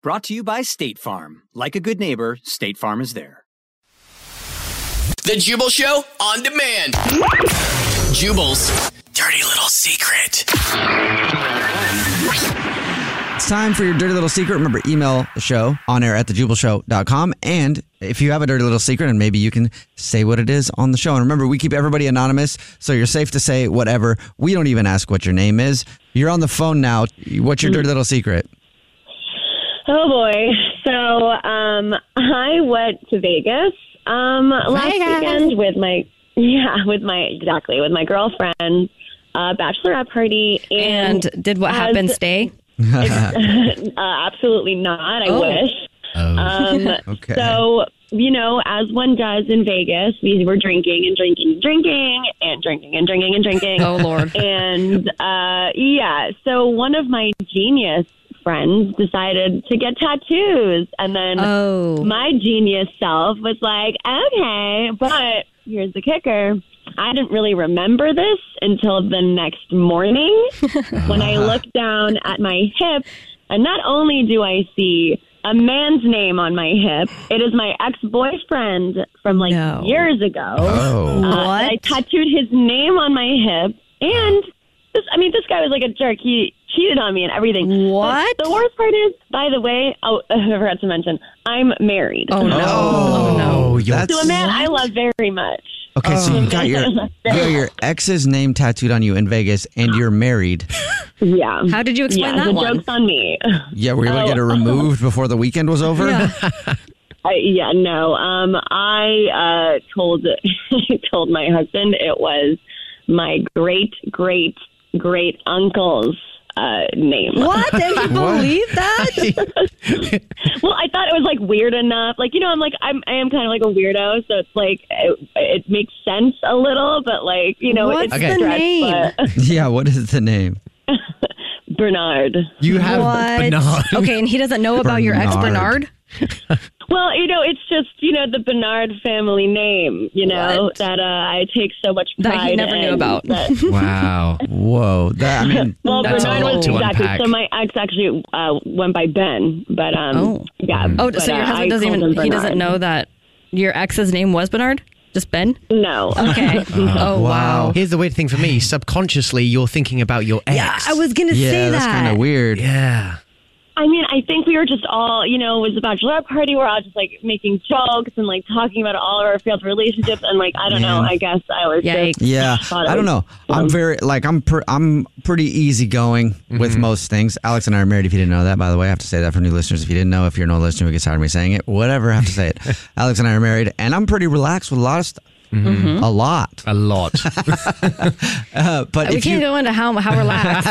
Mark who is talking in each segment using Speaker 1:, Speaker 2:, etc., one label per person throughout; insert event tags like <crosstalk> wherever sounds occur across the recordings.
Speaker 1: Brought to you by State Farm. Like a good neighbor, State Farm is there.
Speaker 2: The Jubal Show on demand. Jubal's dirty little secret.
Speaker 3: It's time for your dirty little secret. Remember, email the show on air at thejubalshow.com. And if you have a dirty little secret, and maybe you can say what it is on the show. And remember, we keep everybody anonymous, so you're safe to say whatever. We don't even ask what your name is. You're on the phone now. What's your dirty little secret?
Speaker 4: Oh boy. So um, I went to Vegas um, last
Speaker 5: Vegas.
Speaker 4: weekend with my <laughs> yeah with my exactly with my girlfriend uh, bachelorette party and,
Speaker 6: And did what happened
Speaker 4: as-
Speaker 6: stay?
Speaker 4: <laughs> uh, absolutely not. I
Speaker 6: Oh.
Speaker 4: wish.
Speaker 6: <laughs>
Speaker 4: Um,
Speaker 3: Okay.
Speaker 4: So you know, as one does in Vegas, we were drinking and drinking, and drinking and drinking and drinking and drinking.
Speaker 6: Oh Lord.
Speaker 4: <laughs> and uh, yeah, so one of my genius friends decided to get tattoos, and then
Speaker 6: Oh.
Speaker 4: my genius self was like, okay, but here's the kicker. I didn't really remember this until the next morning when I looked down at my hip. And not only do I see a man's name on my hip, it is my ex boyfriend from like
Speaker 6: No.
Speaker 4: years ago.
Speaker 3: Oh.
Speaker 4: Uh, I
Speaker 6: What?
Speaker 4: tattooed his name on my hip, and this, I mean, this guy was like a jerk. He cheated on me and everything.
Speaker 6: What?
Speaker 4: But the worst part is, by the way, oh, <laughs> I forgot to mention, I'm married.
Speaker 6: Oh no. Oh, no.
Speaker 3: you- that's,
Speaker 4: to a man I love very much.
Speaker 3: okay, so you got your, you got your ex's name tattooed on you in Vegas, and you're married.
Speaker 4: Yeah.
Speaker 6: How did you explain
Speaker 4: yeah,
Speaker 6: that
Speaker 4: the
Speaker 6: one?
Speaker 4: joke's on me. <laughs>
Speaker 3: Yeah, were you going to
Speaker 4: Oh.
Speaker 3: get it removed before the weekend was over?
Speaker 4: I, yeah, no. Um, I uh, told <laughs> told my husband it was my great great great uncle's uh, name.
Speaker 3: <laughs>
Speaker 6: What? Did you believe that?
Speaker 4: Well, I thought it was like weird enough. Like you know, I'm like I'm I am kind of like a weirdo, so it's like it, it makes sense a little, but like you know,
Speaker 6: What's
Speaker 4: it's
Speaker 6: the
Speaker 4: a stretch,
Speaker 6: name?
Speaker 3: <laughs>
Speaker 4: but-
Speaker 3: yeah, what is the name?
Speaker 4: Bernard.
Speaker 7: You have
Speaker 6: what?
Speaker 7: Bernard.
Speaker 6: <laughs> Okay, and he doesn't know about your ex
Speaker 3: Bernard.
Speaker 6: Bernard.
Speaker 4: Well, you know, it's just you know the Bernard family name, you know
Speaker 6: What?
Speaker 4: that uh, I take so much pride
Speaker 6: That he never knew
Speaker 4: in,
Speaker 6: about. <laughs>
Speaker 4: that-
Speaker 7: Wow.
Speaker 3: Whoa. That, I mean,
Speaker 4: <laughs> well,
Speaker 6: That's
Speaker 4: Bernard
Speaker 6: a lot
Speaker 4: was
Speaker 6: to
Speaker 4: exactly.
Speaker 7: unpack.
Speaker 4: So my ex actually uh, went by Ben, but um,
Speaker 6: Oh.
Speaker 4: yeah.
Speaker 3: Mm.
Speaker 6: Oh,
Speaker 4: but,
Speaker 6: so your
Speaker 4: uh,
Speaker 6: husband
Speaker 4: I
Speaker 6: doesn't
Speaker 4: called
Speaker 6: even
Speaker 4: him
Speaker 6: he doesn't
Speaker 4: Bernard.
Speaker 6: know that your ex's name was Bernard? Just Ben?
Speaker 4: <laughs> No.
Speaker 3: <laughs>
Speaker 6: Okay. oh wow.
Speaker 7: Here's the weird thing for me. Subconsciously, you're thinking about your ex.
Speaker 6: Yeah, I was gonna
Speaker 3: yeah,
Speaker 6: say
Speaker 3: that's
Speaker 6: that.
Speaker 3: kind of weird.
Speaker 7: Yeah.
Speaker 4: I mean, I think we were just all, you know, it was a bachelorette party. We're all just like making jokes and like talking about all of our failed relationships. And like, I don't know, I guess I was
Speaker 6: Yikes.
Speaker 4: just.
Speaker 3: Yeah,
Speaker 4: <laughs> thought it
Speaker 3: I don't
Speaker 4: was-
Speaker 3: know. I'm very like I'm per, I'm pretty easygoing with
Speaker 6: Mm-hmm.
Speaker 3: most things. Alex and I are married. If you didn't know that, by the way, I have to say that for new listeners. If you didn't know, if you're an old listener who gets tired of me saying it, whatever, I have to say
Speaker 6: <laughs>
Speaker 3: it. Alex and I are married, and I'm pretty relaxed with a lot of stuff.
Speaker 6: Mm-hmm.
Speaker 3: A lot,
Speaker 7: A lot.
Speaker 3: <laughs> Uh, but
Speaker 6: we
Speaker 3: if you
Speaker 6: can't go into how how
Speaker 3: <laughs>
Speaker 6: relaxed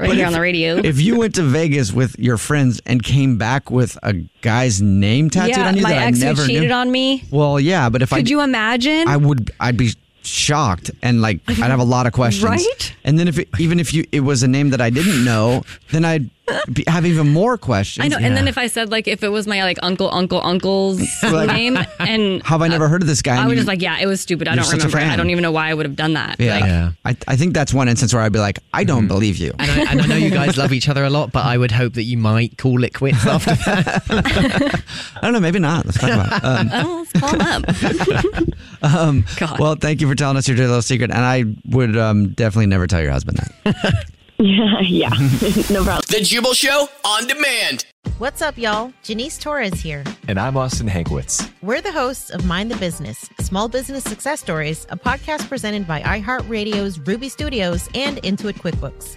Speaker 6: right here on the radio.
Speaker 3: if you went to Vegas with your friends and came back with a guy's name tattooed
Speaker 6: yeah,
Speaker 3: on you
Speaker 6: my
Speaker 3: that
Speaker 6: ex
Speaker 3: I never
Speaker 6: who cheated
Speaker 3: knew,
Speaker 6: on me.
Speaker 3: well, yeah, but if I
Speaker 6: Could you imagine?
Speaker 3: I would I'd be shocked and like I'd have a lot of questions.
Speaker 6: Right?
Speaker 3: And then if it, even if you it was a name that I didn't know, then I'd be- have even more questions.
Speaker 8: I know. And then
Speaker 3: Yeah.
Speaker 8: if I said like if it was my like uncle, uncle, uncle's
Speaker 3: <laughs> Like,
Speaker 8: name, and
Speaker 3: how <laughs> have I never
Speaker 6: Uh,
Speaker 3: heard of this guy?
Speaker 8: I
Speaker 3: And
Speaker 8: was
Speaker 3: you-
Speaker 8: just like, yeah, it was stupid. I
Speaker 3: you're
Speaker 8: don't
Speaker 3: such a
Speaker 8: remember. I
Speaker 3: fan.
Speaker 8: don't even know why I would have done that.
Speaker 3: yeah,
Speaker 8: Like,
Speaker 3: I, I think that's one instance where I'd be like, I don't believe you.
Speaker 9: And I, and I know you guys love each other a lot, but I would hope that you might call it quits after that.
Speaker 3: <laughs> I don't know, maybe not. Let's talk about. It. Um,
Speaker 8: oh, let's call him up.
Speaker 3: <laughs> um,
Speaker 8: <laughs> God.
Speaker 3: well, thank you for telling us your dirty little secret, and I would um, definitely never tell your husband that.
Speaker 4: Yeah, <laughs> yeah. no problem.
Speaker 10: The Jubal Show on demand.
Speaker 5: What's up, y'all? Janice Torres here.
Speaker 11: And I'm Austin Hankwitz.
Speaker 5: We're the hosts of Mind the Business Small Business Success Stories, a podcast presented by iHeartRadio's Ruby Studios and Intuit QuickBooks.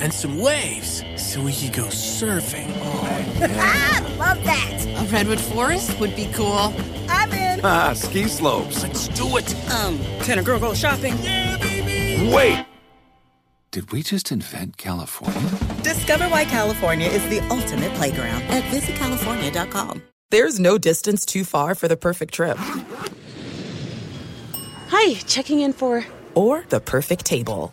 Speaker 12: and some waves so we could go surfing.
Speaker 6: Love that. A redwood forest would be cool. I'm in.
Speaker 13: Ah, ski slopes.
Speaker 12: Let's do it.
Speaker 6: Um, can a girl go shopping? Yeah, baby.
Speaker 13: Wait! Did we just invent California?
Speaker 6: Discover why California is the ultimate playground at visitcalifornia.com. There's no distance too far for the perfect trip.
Speaker 14: Hi, checking in for.
Speaker 6: Or the perfect table.